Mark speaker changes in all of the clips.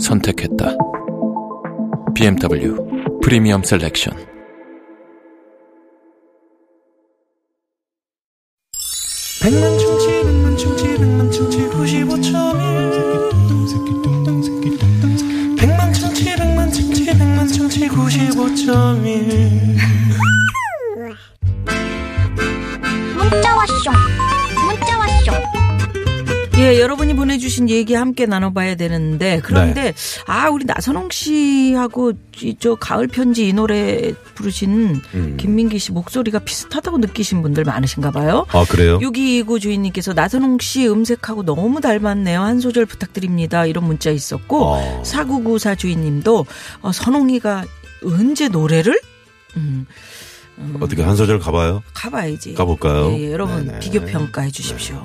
Speaker 1: 선택했다. BMW 프리미엄 셀렉션.
Speaker 2: 백만 충치 백만 충치 백만 충치 95.1 백만 충치 백만 충치 백만 충치 95.1
Speaker 3: 문자 왔쇼 문자 왔쇼
Speaker 4: 예, 여러분이 보내주신 얘기 함께 나눠봐야 되는데 그런데
Speaker 5: 네.
Speaker 4: 아 우리 나선홍 씨하고 이 저 가을 편지 이 노래 부르신
Speaker 5: 음.
Speaker 4: 김민기 씨 목소리가 비슷하다고 느끼신 분들 많으신가봐요.
Speaker 5: 아 그래요?
Speaker 4: 6229 주인님께서 나선홍 씨 음색하고 너무 닮았네요. 한 소절 부탁드립니다. 이런 문자 있었고
Speaker 5: 어.
Speaker 4: 4994 주인님도 어, 선홍이가 언제 노래를
Speaker 5: 어떻게 한 소절 가봐요?
Speaker 4: 가봐야지.
Speaker 5: 가볼까요?
Speaker 4: 예, 예, 여러분
Speaker 5: 네네.
Speaker 4: 비교 평가해 주십시오.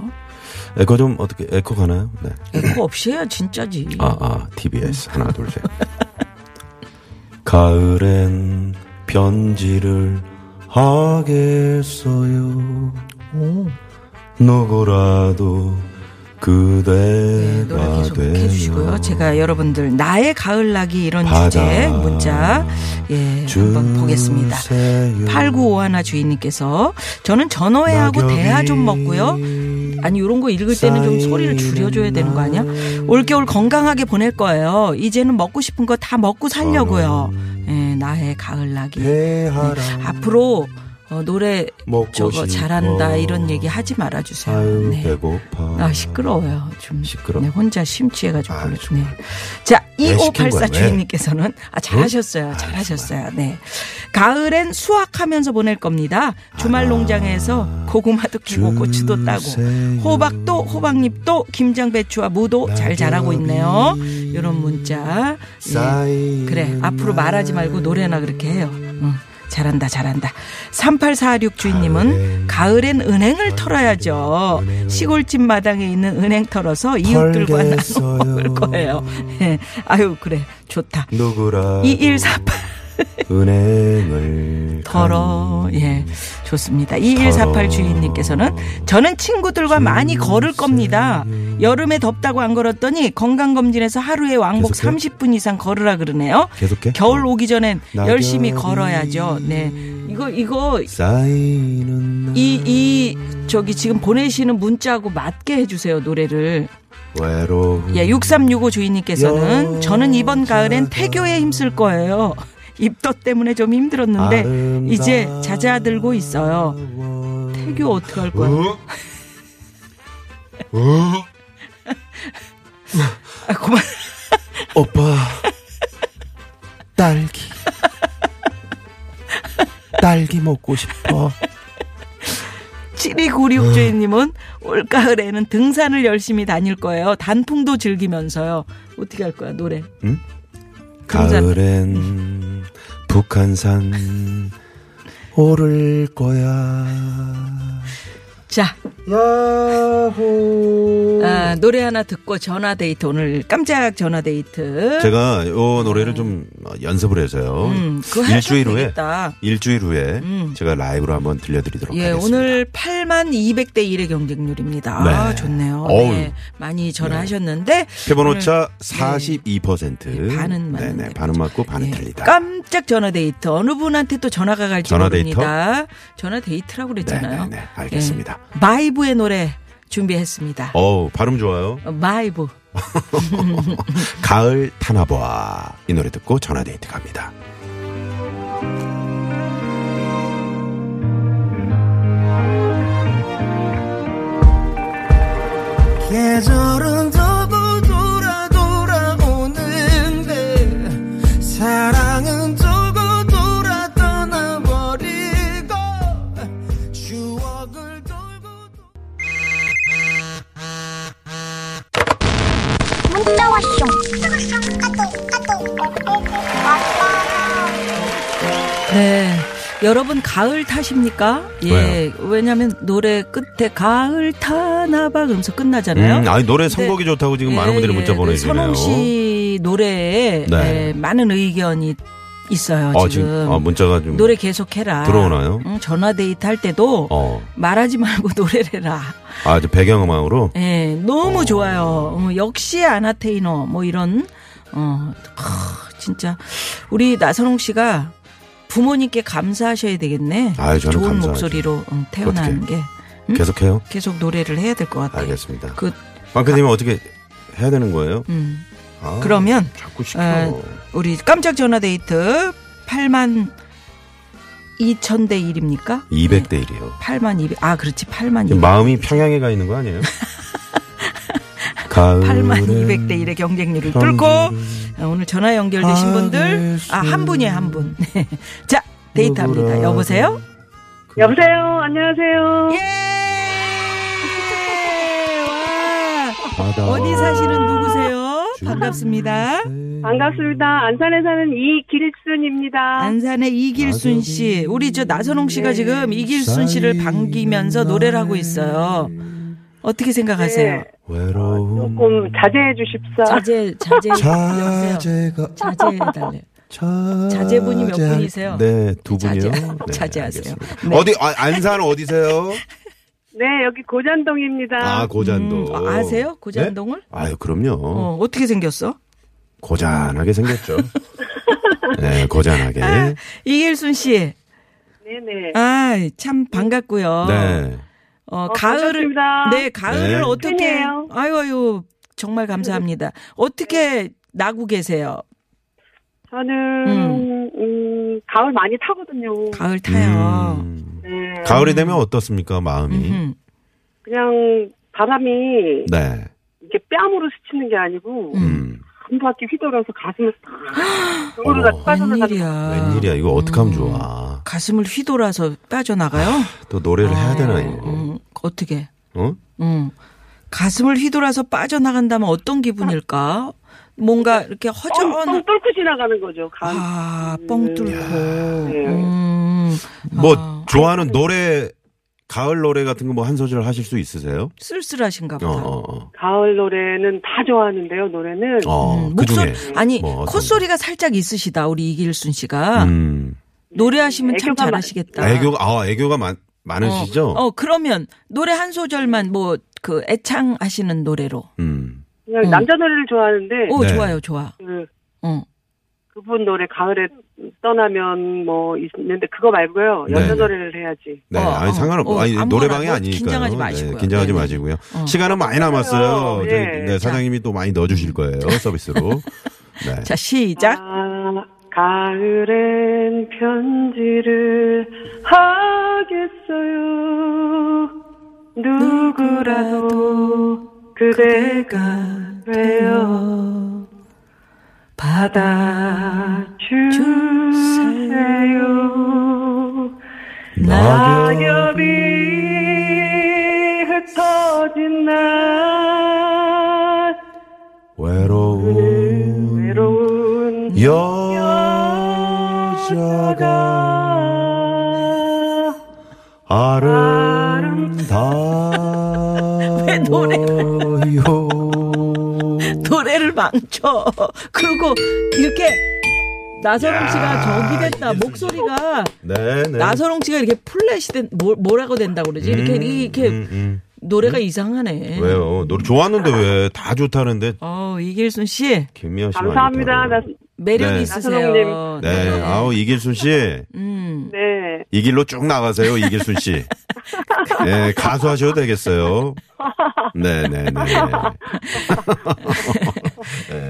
Speaker 5: 에코 좀 어떻게 에코 가나요? 네.
Speaker 4: 에코 없이 해야 진짜지.
Speaker 5: 아, 아, TBS. 하나, 둘, 셋. 가을엔 편지를 하겠어요. 누구라도
Speaker 4: 네,
Speaker 5: 그대가
Speaker 4: 노래 계속
Speaker 5: 되면
Speaker 4: 해주시고요. 제가 여러분들 나의 가을나기 이런
Speaker 5: 받아
Speaker 4: 주제 문자 예 한번 보겠습니다.
Speaker 5: 주세요.
Speaker 4: 8951 주인님께서 저는 전어회하고
Speaker 5: 낙엽이
Speaker 4: 대하 좀 먹고요. 아니 이런 거 읽을 때는 좀 소리를 줄여줘야 되는 거 아니야? 올겨울 건강하게 보낼 거예요. 이제는 먹고 싶은 거 다 먹고 살려고요. 예, 나의 가을나기.
Speaker 5: 대하라.
Speaker 4: 네, 앞으로 어, 노래
Speaker 5: 먹고
Speaker 4: 저거
Speaker 5: 싶어.
Speaker 4: 잘한다 이런 얘기 하지 말아주세요.
Speaker 5: 아유,
Speaker 4: 네.
Speaker 5: 배고파.
Speaker 4: 아 시끄러워요. 좀
Speaker 5: 시끄러워.
Speaker 4: 네, 혼자 심취해가지고
Speaker 5: 아유,
Speaker 4: 불러. 네.
Speaker 5: 정말.
Speaker 4: 자,
Speaker 5: 왜 시킨
Speaker 4: 2584
Speaker 5: 거야, 네. 왜?
Speaker 4: 주인님께서는 아 잘하셨어요. 잘하셨어요. 네. 가을엔 수확하면서 보낼 겁니다. 주말 농장에서 고구마도 캐고 고추도 따고
Speaker 5: 아, 주세요.
Speaker 4: 호박도 호박잎도 김장 배추와 무도 잘 자라고 있네요. 이런 문자. 예.
Speaker 5: 쌓이는
Speaker 4: 그래 앞으로 말하지 말고 노래나 그렇게 해요. 응. 잘한다 잘한다. 3846 주인님은 가을엔 은행을 털어야죠. 시골집 마당에 있는 은행 털어서 이웃들과 나눠
Speaker 5: 털겠어요.
Speaker 4: 먹을 거예요. 예. 아유 그래 좋다.
Speaker 5: 누구라
Speaker 4: 2148
Speaker 5: 은행을
Speaker 4: 털어
Speaker 5: 음.
Speaker 4: 예 좋습니다. 2148 주인님께서는 저는 친구들과
Speaker 5: 음,
Speaker 4: 많이 걸을 겁니다. 여름에 덥다고 안 걸었더니 건강검진에서 하루에 왕복
Speaker 5: 계속해요?
Speaker 4: 30분 이상 걸으라 그러네요.
Speaker 5: 계속해? 어.
Speaker 4: 겨울 오기 전엔
Speaker 5: 낙엽이
Speaker 4: 열심히 걸어야죠. 네 이거 이거
Speaker 5: 쌓이는
Speaker 4: 이, 이, 저기 지금 보내시는 문자하고 맞게 해주세요, 노래를.
Speaker 5: 외로움
Speaker 4: 예, 6365 주인님께서는 저는 이번 가을엔 태교에 힘쓸 거예요. 입덧 때문에 좀 힘들었는데, 이제 잦아들고 있어요. 태교 어떡할 거야? 아, 그만.
Speaker 5: 오빠 딸기 딸기 먹고 싶어
Speaker 4: 7296 주인님은 올가을에는 등산을 열심히 다닐 거예요. 단풍도 즐기면서요. 어떻게 할 거야, 노래? 등산.
Speaker 5: 가을엔 북한산 오를 거야
Speaker 4: 음. 자,
Speaker 5: 야호
Speaker 4: 아, 노래 하나 듣고 전화데이트, 오늘 깜짝 전화데이트.
Speaker 5: 제가 요 노래를 좀 연습을 해서요.
Speaker 4: 음, 그거 하면
Speaker 5: 일주일 후에
Speaker 4: 되겠다.
Speaker 5: 일주일 후에
Speaker 4: 음.
Speaker 5: 제가 라이브로 한번 들려드리도록
Speaker 4: 예,
Speaker 5: 하겠습니다.
Speaker 4: 오늘 8만 200대 1의 경쟁률입니다. 아,
Speaker 5: 네.
Speaker 4: 좋네요.
Speaker 5: 어우.
Speaker 4: 네, 많이 전화하셨는데
Speaker 5: 표본오차 42%
Speaker 4: 예, 반은 맞는데.
Speaker 5: 네네 반은 맞고 반은
Speaker 4: 예,
Speaker 5: 틀리다.
Speaker 4: 깜짝 전화데이트 어느 분한테 또 전화가 갈지
Speaker 5: 전화데이터?
Speaker 4: 모릅니다. 전화데이트라고 그랬잖아요.
Speaker 5: 네네네,
Speaker 4: 예,
Speaker 5: 알겠습니다.
Speaker 4: 마이브의 노래 준비했습니다.
Speaker 5: 어우 발음 좋아요.
Speaker 4: 어, 마이브.
Speaker 5: 가을 타나보아 이 노래 듣고 전화데이트 갑니다.
Speaker 2: 계절은 더블 돌아 돌아오는데 사랑은 두고 돌아 떠나버리고 추억을 돌고 돌아
Speaker 3: 문자 왔쇼 문자 왔쇼 까꿍
Speaker 4: 네.
Speaker 5: 아.
Speaker 4: 여러분 가을 타십니까? 예. 왜냐면 하 노래 끝에 가을 타나 봐 그러면서 끝나잖아요.
Speaker 5: 음, 아니 노래
Speaker 4: 근데-
Speaker 5: 선곡이 좋다고 지금 많은
Speaker 4: 예,
Speaker 5: 분들이 문자
Speaker 4: 예.
Speaker 5: 보내주시네요.
Speaker 4: 선홍 씨 노래에
Speaker 5: 네.
Speaker 4: 예, 많은 의견이 있어요,
Speaker 5: 어,
Speaker 4: 지금.
Speaker 5: 지금 어, 문자가 좀
Speaker 4: 노래 음. 계속해라.
Speaker 5: 들어오나요?
Speaker 4: 응, 전화 데이트 할 때도
Speaker 5: 어,
Speaker 4: 말하지 말고 노래를 해라.
Speaker 5: 아, 저 배경음악으로
Speaker 4: 예, 너무 좋아요. 어, 역시 아나테이너 뭐 이런 어 크, 진짜 우리 나선홍 씨가 부모님께 감사하셔야 되겠네.
Speaker 5: 아유, 저는
Speaker 4: 좋은
Speaker 5: 감사하죠.
Speaker 4: 목소리로 어, 태어난
Speaker 5: 어떡해.
Speaker 4: 게 음?
Speaker 5: 계속해요.
Speaker 4: 계속 노래를 해야 될 것 같아요.
Speaker 5: 알겠습니다.
Speaker 4: 그
Speaker 5: 빵크님은 어떻게 해야 되는 거예요?
Speaker 4: 음.
Speaker 5: 아,
Speaker 4: 그러면
Speaker 5: 자꾸 시켜.
Speaker 4: 어, 우리 깜짝 전화 데이트 8만 2천 대 1입니까?
Speaker 5: 200대 1이요.
Speaker 4: 8만 200. 아, 그렇지. 8만 200.
Speaker 5: 지금 마음이 평양에 가 있는 거 아니에요? 가을은
Speaker 4: 8만 200대 1의 경쟁률을 뚫고 아, 오늘 전화 연결되신 분들 아 한 분이에요 한 분. 네. 자 데이트합니다. 여보세요.
Speaker 6: 여보세요. 안녕하세요.
Speaker 4: 예. 와 어디 사시는 누구세요? 반갑습니다.
Speaker 6: 반갑습니다. 안산에 사는 이길순입니다.
Speaker 4: 네. 안산의 이길순 씨, 네, 우리 저 나선홍 씨가 지금 이길순 씨를 반기면서 노래를 하고 있어요. 어떻게 생각하세요?
Speaker 5: 외로움
Speaker 6: 조금 자제해 주십사.
Speaker 4: 네, 자제 자제 여보세요.
Speaker 5: 자제가
Speaker 4: 자제해 달래.
Speaker 5: 자-
Speaker 4: 아, 자제분이 몇
Speaker 5: 자제-
Speaker 4: 분이세요?
Speaker 5: 네, 두 분이요.
Speaker 4: 자제-
Speaker 5: 네,
Speaker 4: 자제하세요.
Speaker 5: 알겠습니다.
Speaker 4: 네.
Speaker 5: 어디 아, 안산 어디세요?
Speaker 6: 네, 여기 고잔동입니다.
Speaker 5: 아, 고잔도.
Speaker 4: 음, 아세요? 고잔동을?
Speaker 5: 네? 아유, 그럼요.
Speaker 4: 어, 어떻게 생겼어?
Speaker 5: 고잔하게 생겼죠. 네, 고잔하게.
Speaker 4: 아, 이길순 씨,
Speaker 6: 네네.
Speaker 4: 아, 참 반갑고요.
Speaker 5: 네.
Speaker 4: 어, 가을을
Speaker 6: 반갑습니다.
Speaker 4: 네, 가을을
Speaker 5: 네.
Speaker 4: 어떻게
Speaker 6: 팬이에요.
Speaker 4: 아유 아유 정말 감사합니다. 어떻게 나고 계세요?
Speaker 6: 저는 음, 가을 많이 타거든요.
Speaker 4: 가을 타요.
Speaker 5: 음.
Speaker 6: 네.
Speaker 5: 가을이 되면 어떻습니까, 마음이?
Speaker 4: 음흠.
Speaker 6: 그냥 바람이
Speaker 5: 네.
Speaker 6: 이렇게 뺨으로 스치는 게 아니고
Speaker 5: 음.
Speaker 6: 한 바퀴 휘돌아서 가슴을 싹 쪽으로
Speaker 5: 어머.
Speaker 6: 다 빠져나가는
Speaker 4: 웬일이야.
Speaker 5: 네. 음. 웬일이야, 이거 어떡하면
Speaker 4: 음.
Speaker 5: 좋아.
Speaker 4: 가슴을 휘돌아서 빠져나가요?
Speaker 5: 또 노래를 해야 되나, 이거.
Speaker 4: 음, 어떻게?
Speaker 5: 어?
Speaker 4: 음. 가슴을 휘돌아서 빠져나간다면 어떤 기분일까? 뭔가 이렇게
Speaker 6: 뻥,
Speaker 4: 허전
Speaker 6: 뻥 뚫고 지나가는 거죠. 가을.
Speaker 4: 아, 뻥 뚫고.
Speaker 6: 네.
Speaker 4: 음.
Speaker 5: 뭐,
Speaker 4: 아,
Speaker 5: 좋아하는 노래, 가을 노래 같은 거 뭐 한 소절 하실 수 있으세요?
Speaker 4: 쓸쓸하신가
Speaker 5: 어,
Speaker 4: 보다.
Speaker 5: 어,
Speaker 6: 가을 노래는 다 좋아하는데요. 노래는
Speaker 5: 어. 어,
Speaker 4: 음,
Speaker 5: 그
Speaker 4: 목소리
Speaker 5: 중에.
Speaker 4: 아니
Speaker 5: 뭐 어떤
Speaker 4: 콧소리가 살짝 있으시다 우리 이길순 씨가
Speaker 5: 음.
Speaker 4: 노래하시면 참
Speaker 6: 애교가 많-
Speaker 4: 잘하시겠다.
Speaker 5: 애교, 아, 애교가 많, 많으시죠?
Speaker 4: 어, 어, 그러면 노래 한 소절만 뭐 그 애창하시는 노래로.
Speaker 5: 음.
Speaker 6: 그냥
Speaker 4: 음.
Speaker 6: 남자 노래를 좋아하는데
Speaker 4: 오
Speaker 5: 네.
Speaker 4: 좋아요 어. 좋아.
Speaker 6: 그
Speaker 4: 응.
Speaker 6: 그분 노래 가을에 떠나면 뭐 있는데 그거 말고요 연애
Speaker 5: 네.
Speaker 6: 노래를 해야지.
Speaker 5: 네,
Speaker 4: 어,
Speaker 5: 아니
Speaker 4: 어,
Speaker 5: 상관없고
Speaker 4: 어,
Speaker 5: 아니
Speaker 4: 아무거나
Speaker 5: 노래방이
Speaker 4: 뭐
Speaker 5: 아니니까
Speaker 4: 긴장하지 마시고요.
Speaker 5: 긴장하지
Speaker 4: 네네.
Speaker 5: 마시고요.
Speaker 4: 어.
Speaker 5: 시간은 많이 남았어요.
Speaker 6: 맞아요.
Speaker 5: 저희,
Speaker 6: 예.
Speaker 5: 네, 사장님이 또 많이 넣어주실 거예요 서비스로. 네.
Speaker 4: 자 시작.
Speaker 6: 아, 가을엔 편지를 하겠어요. 누구라도 그대가 되어 받아주세요. 낙엽이 흩어진 날
Speaker 5: 외로운
Speaker 6: 외로운
Speaker 5: 여자가 아름다워요.
Speaker 4: 왜 노래를 망쳐. 그리고 이렇게 나선홍 씨가 저기 됐다. 목소리가
Speaker 5: 네, 네.
Speaker 4: 나선홍 씨가 이렇게 플래시 된 뭐, 뭐라고 된다고 그러지? 이렇게 이렇게
Speaker 5: 음, 음.
Speaker 4: 노래가 이상하네.
Speaker 5: 왜요? 노래 좋아하는데 왜 다 좋다는데
Speaker 4: 어, 이길순 씨
Speaker 5: 김미아 씨
Speaker 6: 감사합니다. 나,
Speaker 4: 매력
Speaker 5: 네.
Speaker 4: 있으세요.
Speaker 5: 네, 아우 이길순 씨.
Speaker 4: 음.
Speaker 6: 네.
Speaker 5: 이 길로 쭉 나가세요, 이길순 씨. 네, 가수 하셔도 되겠어요. 네, 네, 네.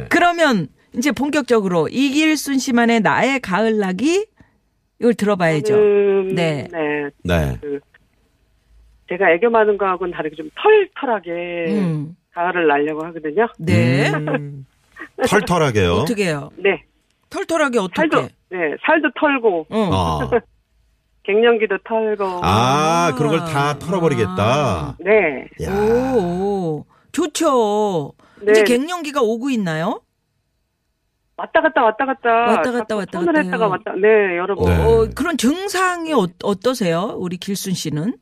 Speaker 4: 그러면 이제 본격적으로 이길순 씨만의 나의 가을락이 이걸 들어봐야죠.
Speaker 6: 음,
Speaker 4: 네.
Speaker 6: 네.
Speaker 5: 네.
Speaker 6: 제가 애교 많은 거하고는 다르게 좀 털털하게
Speaker 4: 음.
Speaker 6: 가을을 날려고 하거든요.
Speaker 4: 네.
Speaker 5: 음, 털털하게요.
Speaker 4: 어떻게 해요?
Speaker 6: 네.
Speaker 4: 털털하게 어떻게?
Speaker 6: 살도, 네. 살도 털고,
Speaker 4: 응.
Speaker 5: 어.
Speaker 6: 갱년기도 털고.
Speaker 5: 아, 그런 걸 다
Speaker 4: 아.
Speaker 5: 털어버리겠다.
Speaker 6: 네.
Speaker 5: 야.
Speaker 4: 오, 좋죠.
Speaker 6: 네.
Speaker 4: 이제 갱년기가 오고 있나요?
Speaker 6: 왔다 갔다 왔다 갔다
Speaker 4: 왔다 갔다
Speaker 6: 자꾸
Speaker 4: 왔다
Speaker 6: 손을
Speaker 4: 갔다
Speaker 6: 했다가
Speaker 4: 해요.
Speaker 6: 왔다 네 여러분
Speaker 5: 네.
Speaker 4: 어, 그런 증상이 어, 어떠세요? 우리 길순 씨는?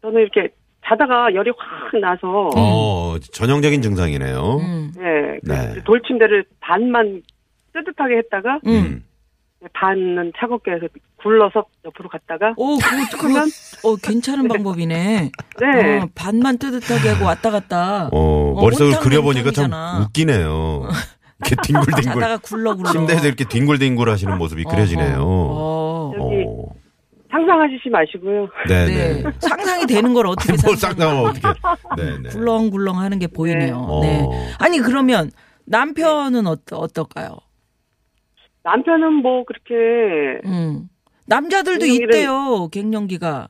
Speaker 6: 저는 이렇게 자다가 열이 확 나서
Speaker 5: 어, 전형적인 증상이네요.
Speaker 4: 음.
Speaker 6: 네, 그
Speaker 5: 네.
Speaker 6: 돌침대를 반만 뜨뜻하게 했다가
Speaker 4: 음.
Speaker 6: 반은 차갑게 해서 굴러서 옆으로 갔다가
Speaker 4: 오, 그거, 그거, 어, 괜찮은 방법이네.
Speaker 6: 네
Speaker 4: 어, 반만 뜨뜻하게 하고 왔다 갔다.
Speaker 5: 어,
Speaker 4: 어,
Speaker 5: 머릿속을
Speaker 4: 온탕
Speaker 5: 그려보니까 참
Speaker 4: 온탕이잖아.
Speaker 5: 웃기네요. 이렇게 뒹굴뒹굴.
Speaker 4: 자다가 굴러 굴러.
Speaker 5: 침대에서 이렇게 뒹굴뒹굴 하시는 모습이 그려지네요.
Speaker 4: 어, 어.
Speaker 6: 여기
Speaker 5: 어.
Speaker 6: 상상하시지 마시고요.
Speaker 5: 네네.
Speaker 4: 네. 상상이 되는 걸 어떻게
Speaker 5: 아니, 뭘
Speaker 4: 상상을
Speaker 5: 쌍당하면 어떻게. 네네.
Speaker 4: 굴렁굴렁 하는 게 보이네요.
Speaker 5: 어.
Speaker 4: 네. 아니 그러면 남편은 어, 어떨까요?
Speaker 6: 남편은 뭐 그렇게
Speaker 4: 음. 남자들도
Speaker 6: 갱년기를-
Speaker 4: 있대요. 갱년기가.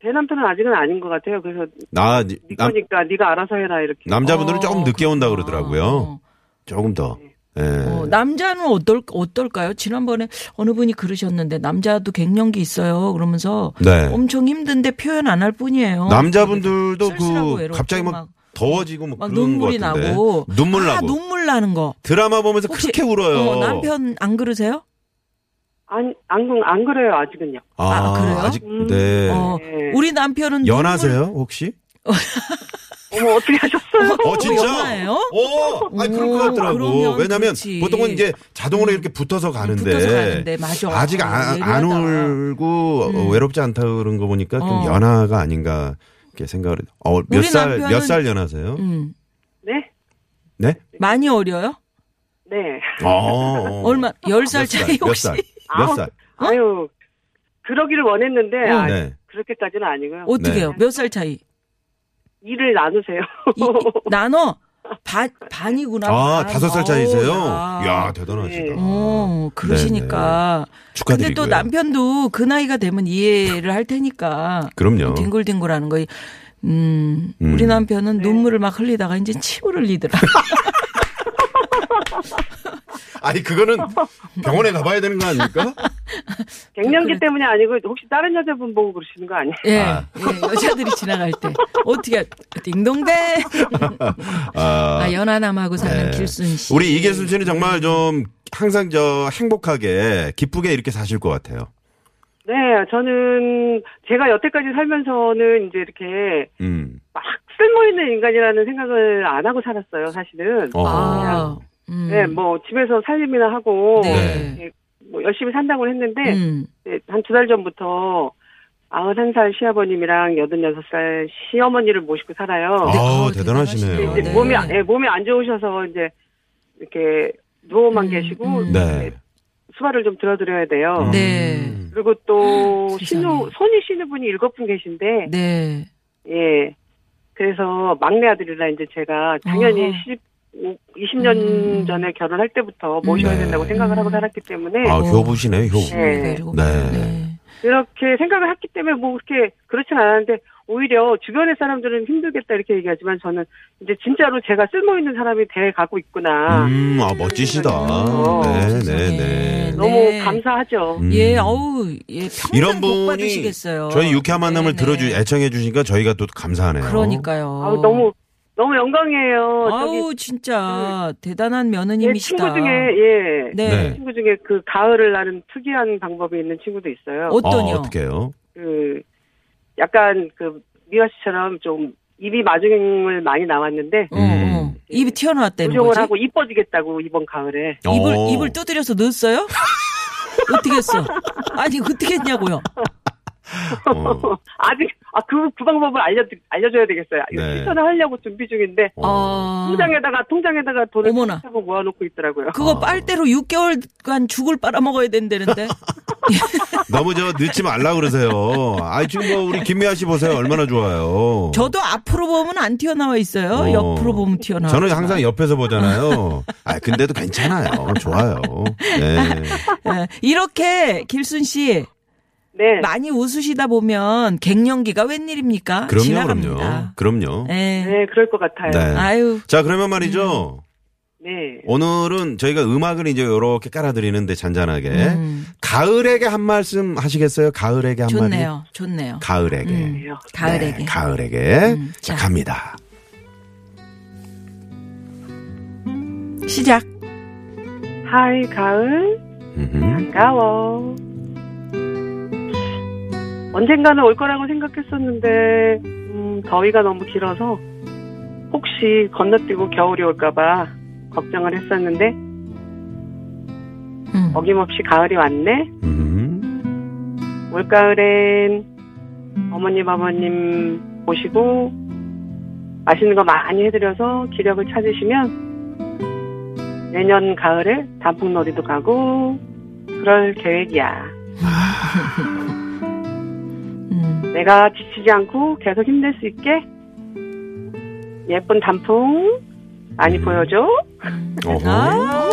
Speaker 6: 대남편은 아직은 아닌 것 같아요. 그래서
Speaker 5: 나,
Speaker 6: 네
Speaker 5: 남,
Speaker 6: 거니까 네가 알아서 해라 이렇게.
Speaker 5: 남자분들은
Speaker 4: 어.
Speaker 5: 조금 늦게 온다
Speaker 4: 그렇구나.
Speaker 5: 그러더라고요. 조금 더. 예.
Speaker 4: 어, 남자는 어떨 어떨까요? 지난번에 어느 분이 그러셨는데 남자도 갱년기 있어요. 그러면서
Speaker 5: 네.
Speaker 4: 엄청 힘든데 표현 안 할 뿐이에요.
Speaker 5: 남자분들도
Speaker 4: 쓸쓸하고
Speaker 5: 그
Speaker 4: 외롭고
Speaker 5: 갑자기 막,
Speaker 4: 막-
Speaker 5: 더워지고 막,
Speaker 4: 막
Speaker 5: 그런
Speaker 4: 눈물이
Speaker 5: 것 같은데.
Speaker 4: 나고
Speaker 5: 눈물
Speaker 4: 아,
Speaker 5: 나고
Speaker 4: 눈물 나는 거.
Speaker 5: 드라마 보면서 그렇게 울어요.
Speaker 4: 어, 남편 안 그러세요?
Speaker 6: 안안 안, 안 그래요 아직은요.
Speaker 5: 아,
Speaker 4: 아, 그래요?
Speaker 5: 아직
Speaker 6: 음.
Speaker 5: 네
Speaker 4: 어,
Speaker 6: 네.
Speaker 4: 우리 남편은
Speaker 5: 연하세요 혹시?
Speaker 6: 어머 어떻게 하셨어요?
Speaker 5: 어 진짜?
Speaker 4: 연하예요?
Speaker 5: 어, 아니 그럴
Speaker 4: 오,
Speaker 5: 것 같더라고.
Speaker 4: 그러면
Speaker 5: 왜냐면
Speaker 4: 그렇지. 음,
Speaker 5: 보통은 이제 자동으로 이렇게 붙어서 가는데,
Speaker 4: 붙어서 가는데, 맞아.
Speaker 5: 아직 안,
Speaker 4: 예리하다.
Speaker 5: 안 울고 어,
Speaker 4: 음.
Speaker 5: 외롭지 않다 그런 거 보니까 좀
Speaker 4: 어.
Speaker 5: 연하가 아닌가 이렇게 생각을.
Speaker 4: 우리
Speaker 5: 어몇 살
Speaker 4: 남편은-
Speaker 5: 몇 살 연하세요?
Speaker 4: 음,
Speaker 6: 네.
Speaker 5: 네?
Speaker 4: 많이 어려요?
Speaker 6: 네.
Speaker 5: 어, 어.
Speaker 4: 얼마 열 살
Speaker 5: 몇
Speaker 4: 차이
Speaker 5: 몇
Speaker 4: 혹시?
Speaker 5: 살? 몇
Speaker 6: 아우,
Speaker 5: 살?
Speaker 4: 어?
Speaker 6: 아유 그러기를 원했는데 아,
Speaker 5: 네.
Speaker 6: 그렇게까지는 아니고요.
Speaker 4: 음,
Speaker 6: 네.
Speaker 4: 어떻게 해요? 아, 몇 살 차이?
Speaker 6: 일을 나누세요.
Speaker 4: 이- 이- 나눠 반 반이구나.
Speaker 5: 아,
Speaker 4: 반.
Speaker 5: 다섯 살
Speaker 4: 어우,
Speaker 5: 차이세요?
Speaker 4: 야.
Speaker 5: 야, 대단하시다.
Speaker 4: 아. 어, 그러시니까. 근데
Speaker 5: 축하드리고요.
Speaker 4: 또 남편도 그 나이가 되면 이해를 할 테니까.
Speaker 5: 그럼요.
Speaker 4: 뒹굴뒹굴하는 거. 음,
Speaker 5: 음.
Speaker 4: 우리 남편은 눈물을 막 흘리다가 이제 침을 흘리더라.
Speaker 5: 아니 그거는 병원에 가봐야 되는 거 아닙니까?
Speaker 6: 갱년기
Speaker 4: 그래.
Speaker 6: 때문이 아니고 혹시 다른 여자분 보고 그러시는 거 아니에요?
Speaker 4: 예,
Speaker 5: 아.
Speaker 4: 예, 여자들이 지나갈 때 어떻게 딩동대
Speaker 5: 아,
Speaker 4: 아, 연하남하고 사는
Speaker 5: 네.
Speaker 4: 길순 씨.
Speaker 5: 우리 이계순 씨는 정말 좀 항상 저 행복하게 기쁘게 이렇게 사실 것 같아요.
Speaker 6: 네, 저는 제가 여태까지 살면서는 이제 이렇게
Speaker 5: 음.
Speaker 6: 막 쓸모 있는 인간이라는 생각을 안 하고 살았어요, 사실은.
Speaker 5: 어.
Speaker 4: 아, 음.
Speaker 6: 네, 뭐 집에서 살림이나 하고
Speaker 4: 네.
Speaker 6: 예, 뭐 열심히 산다고 했는데
Speaker 4: 음.
Speaker 6: 한 두 달 전부터 91살 시아버님이랑 86살 시어머니를 모시고 살아요.
Speaker 4: 네,
Speaker 5: 아,
Speaker 4: 아우,
Speaker 5: 대단하시네요.
Speaker 4: 대단하시네요.
Speaker 6: 이제
Speaker 4: 네.
Speaker 6: 몸이 안- 예, 몸이 안 좋으셔서 이제 이렇게 누워만
Speaker 4: 음,
Speaker 6: 계시고
Speaker 4: 음.
Speaker 5: 네.
Speaker 6: 수발을 좀 들어드려야 돼요.
Speaker 5: 음.
Speaker 4: 네.
Speaker 6: 그리고 또
Speaker 4: 아, 세상에.
Speaker 6: 신우 손이 쉬는 분이 일곱 분 계신데
Speaker 4: 네.
Speaker 6: 예. 그래서 막내 아들이라 이제 제가 당연히
Speaker 4: 어허.
Speaker 6: 15, 20년
Speaker 4: 아. 음.
Speaker 6: 전에 결혼할 때부터 모셔야
Speaker 5: 네.
Speaker 6: 된다고 생각을 하고
Speaker 4: 음.
Speaker 6: 살았기 때문에
Speaker 5: 아,
Speaker 4: 어.
Speaker 5: 효부시네, 효부.
Speaker 6: 네.
Speaker 5: 네.
Speaker 6: 그렇게 생각을 했기 때문에 뭐 그렇게 그렇진 않았는데 오히려 주변의 사람들은 힘들겠다 이렇게 얘기하지만 저는 이제 진짜로 제가 쓸모 있는 사람이 돼 가고 있구나.
Speaker 5: 음, 아, 멋지시다.
Speaker 6: 어,
Speaker 5: 네, 네,
Speaker 4: 세상에.
Speaker 5: 네.
Speaker 6: 너무
Speaker 4: 네.
Speaker 6: 감사하죠.
Speaker 5: 음.
Speaker 4: 예, 어우, 예, 평생
Speaker 5: 이런
Speaker 4: 복
Speaker 5: 분이
Speaker 4: 받으시겠어요.
Speaker 5: 저희 유쾌한
Speaker 4: 네네.
Speaker 5: 만남을 들어주 애청해 주시니까 저희가 또 감사하네요.
Speaker 4: 그러니까요.
Speaker 6: 아우 너무 너무 영광이에요. 저기
Speaker 4: 아우 진짜 대단한
Speaker 6: 제
Speaker 4: 며느님이시다.
Speaker 6: 친구 중에 예.
Speaker 4: 네.
Speaker 5: 네.
Speaker 6: 친구 중에 그 가을을 나는 특이한 방법이 있는 친구도 있어요.
Speaker 5: 아,
Speaker 4: 어떠냐?
Speaker 5: 어떻게요?
Speaker 6: 그 약간 그 미화 씨처럼 좀 입이 마중을 많이 나왔는데
Speaker 4: 어, 어.
Speaker 5: 음.
Speaker 4: 입이 튀어나왔다는
Speaker 6: 부정을
Speaker 4: 거지?
Speaker 6: 하고 이뻐지겠다고 이번 가을에
Speaker 4: 입을
Speaker 5: 어.
Speaker 4: 입을 두드려서 넣었어요? 어떻게 했어? 아니 어떻게 했냐고요?
Speaker 5: 어.
Speaker 6: 아직 아그그 방법을 알려 알려줘야 되겠어요. 이거
Speaker 5: 네.
Speaker 6: 추천을 하려고 준비 중인데
Speaker 4: 어.
Speaker 6: 통장에다가 통장에다가 돈을
Speaker 4: 어머나.
Speaker 6: 하고 모아놓고 있더라고요.
Speaker 4: 그거
Speaker 5: 어.
Speaker 4: 빨대로 6개월간 죽을 빨아먹어야 된다는데.
Speaker 5: 너무 저 늦지 말라 그러세요. 아 지금 뭐 우리 김미아 씨 보세요. 얼마나 좋아요.
Speaker 4: 저도 앞으로 보면 안 튀어나와 있어요.
Speaker 5: 어.
Speaker 4: 옆으로 보면 튀어나와.
Speaker 5: 저는 항상 옆에서 보잖아요. 아 근데도 괜찮아요. 좋아요. 네.
Speaker 4: 예, 이렇게 길순 씨
Speaker 6: 네.
Speaker 4: 많이 웃으시다 보면 갱년기가 웬일입니까?
Speaker 5: 그럼요, 그럼요.
Speaker 4: 지나갑니다.
Speaker 5: 그럼요.
Speaker 4: 예.
Speaker 6: 네, 그럴 것 같아요.
Speaker 5: 네.
Speaker 4: 아유.
Speaker 5: 자 그러면
Speaker 4: 음.
Speaker 5: 말이죠.
Speaker 6: 네.
Speaker 5: 오늘은 저희가 음악을 이제 이렇게 깔아드리는데 잔잔하게
Speaker 4: 음,
Speaker 5: 가을에게 한 말씀 하시겠어요? 가을에게 한 마디.
Speaker 4: 좋네요. 좋네요.
Speaker 5: 가을에게.
Speaker 4: 음,
Speaker 6: 그래요.
Speaker 4: 가을에게.
Speaker 5: 네, 가을에게.
Speaker 4: 음,
Speaker 5: 자,
Speaker 4: 자.
Speaker 5: 갑니다.
Speaker 4: 시작.
Speaker 6: 네. 하이 가을
Speaker 5: 음흠.
Speaker 6: 반가워. 언젠가는 올 거라고 생각했었는데 음, 더위가 너무 길어서 혹시 건너뛰고 겨울이 올까봐 걱정을 했었는데
Speaker 4: 음.
Speaker 6: 어김없이 가을이 왔네.
Speaker 5: 음흠.
Speaker 6: 올 가을엔 어머님 아버님 모시고 맛있는 거 많이 해드려서 기력을 찾으시면 내년 가을에 단풍놀이도 가고 그럴 계획이야.
Speaker 4: 음.
Speaker 6: 내가 지치지 않고 계속 힘낼 수 있게 예쁜 단풍
Speaker 5: 음.
Speaker 6: 많이 보여줘.
Speaker 5: 어허.
Speaker 4: 아,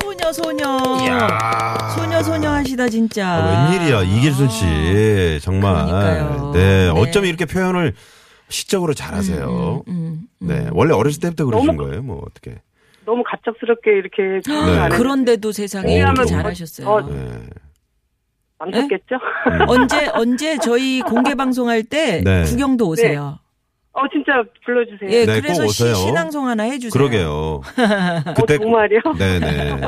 Speaker 4: 소녀 소녀.
Speaker 5: 이야.
Speaker 4: 아. 소녀 소녀 하시다 진짜.
Speaker 5: 아, 웬일이야 이길순 씨 정말
Speaker 4: 그러니까요.
Speaker 5: 네
Speaker 4: 네.
Speaker 5: 어쩜 이렇게 표현을 시적으로 잘하세요.
Speaker 4: 음, 음, 음.
Speaker 5: 네 원래 어렸을 때부터 그러신
Speaker 6: 너무-
Speaker 5: 거예요 뭐 어떻게?
Speaker 6: 너무 갑작스럽게 이렇게
Speaker 5: 네.
Speaker 4: 그런데도 세상에
Speaker 5: 어,
Speaker 4: 이렇게
Speaker 5: 그럼.
Speaker 4: 잘하셨어요.
Speaker 6: 어,
Speaker 5: 네.
Speaker 6: 망쳤겠죠?
Speaker 4: 언제 언제 저희 공개 방송할 때
Speaker 5: 네.
Speaker 4: 구경도 오세요.
Speaker 6: 어 진짜 불러주세요.
Speaker 4: 예,
Speaker 5: 네,
Speaker 4: 그래서
Speaker 5: 꼭 오세요.
Speaker 4: 시, 신앙송 하나 해주세요.
Speaker 5: 그러게요. 그때
Speaker 6: 어, 정말요?
Speaker 5: 네네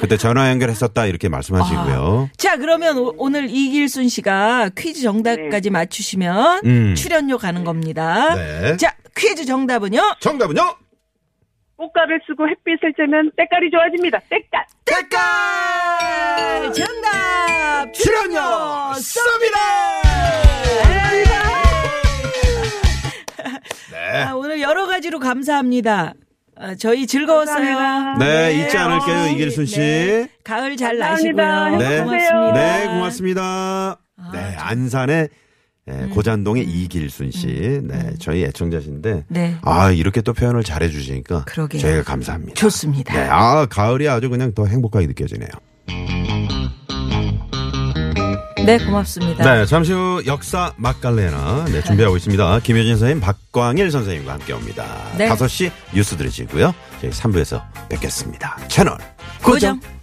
Speaker 5: 그때 전화 연결했었다 이렇게 말씀하시고요.
Speaker 4: 자, 그러면 오, 늘 이길순 씨가 퀴즈
Speaker 6: 네.
Speaker 4: 정답까지 맞추시면
Speaker 5: 음.
Speaker 4: 출연료 가는 겁니다.
Speaker 5: 네.
Speaker 4: 아. 자, 퀴즈 정답은요?
Speaker 5: 정답은요?
Speaker 6: 꽃가루 쓰고 햇빛을 쬐면 때깔이 좋아집니다. 때깔.
Speaker 4: 땡깔! 정답!
Speaker 5: 출연료
Speaker 4: 쏩니다!
Speaker 5: 네.
Speaker 4: 아, 오늘 여러 가지로 감사합니다. 아, 저희 즐거웠어요.
Speaker 5: 네 잊지 않을게요 이길순 씨.
Speaker 4: 네. 가을 잘
Speaker 6: 감사합니다.
Speaker 4: 나시고요.
Speaker 5: 네.
Speaker 4: 고맙습니다.
Speaker 5: 네,
Speaker 4: 아,
Speaker 5: 고맙습니다. 네, 안산의 예,
Speaker 4: 음.
Speaker 5: 고잔동의 이길순 씨. 네, 저희 애청자신데.
Speaker 4: 네.
Speaker 5: 아, 이렇게 또 표현을 잘해주시니까.
Speaker 4: 그러게요.
Speaker 5: 저희가 감사합니다.
Speaker 4: 좋습니다.
Speaker 5: 네, 아, 가을이 아주 그냥 더 행복하게 느껴지네요.
Speaker 4: 네, 고맙습니다.
Speaker 5: 네, 잠시 후 역사 막갈레나 네, 준비하고 있습니다. 김효진 선생님, 박광일 선생님과 함께 옵니다.
Speaker 4: 네.
Speaker 5: 5시 뉴스 들으시고요. 저희 3부에서 뵙겠습니다. 채널 고정.
Speaker 4: 고정.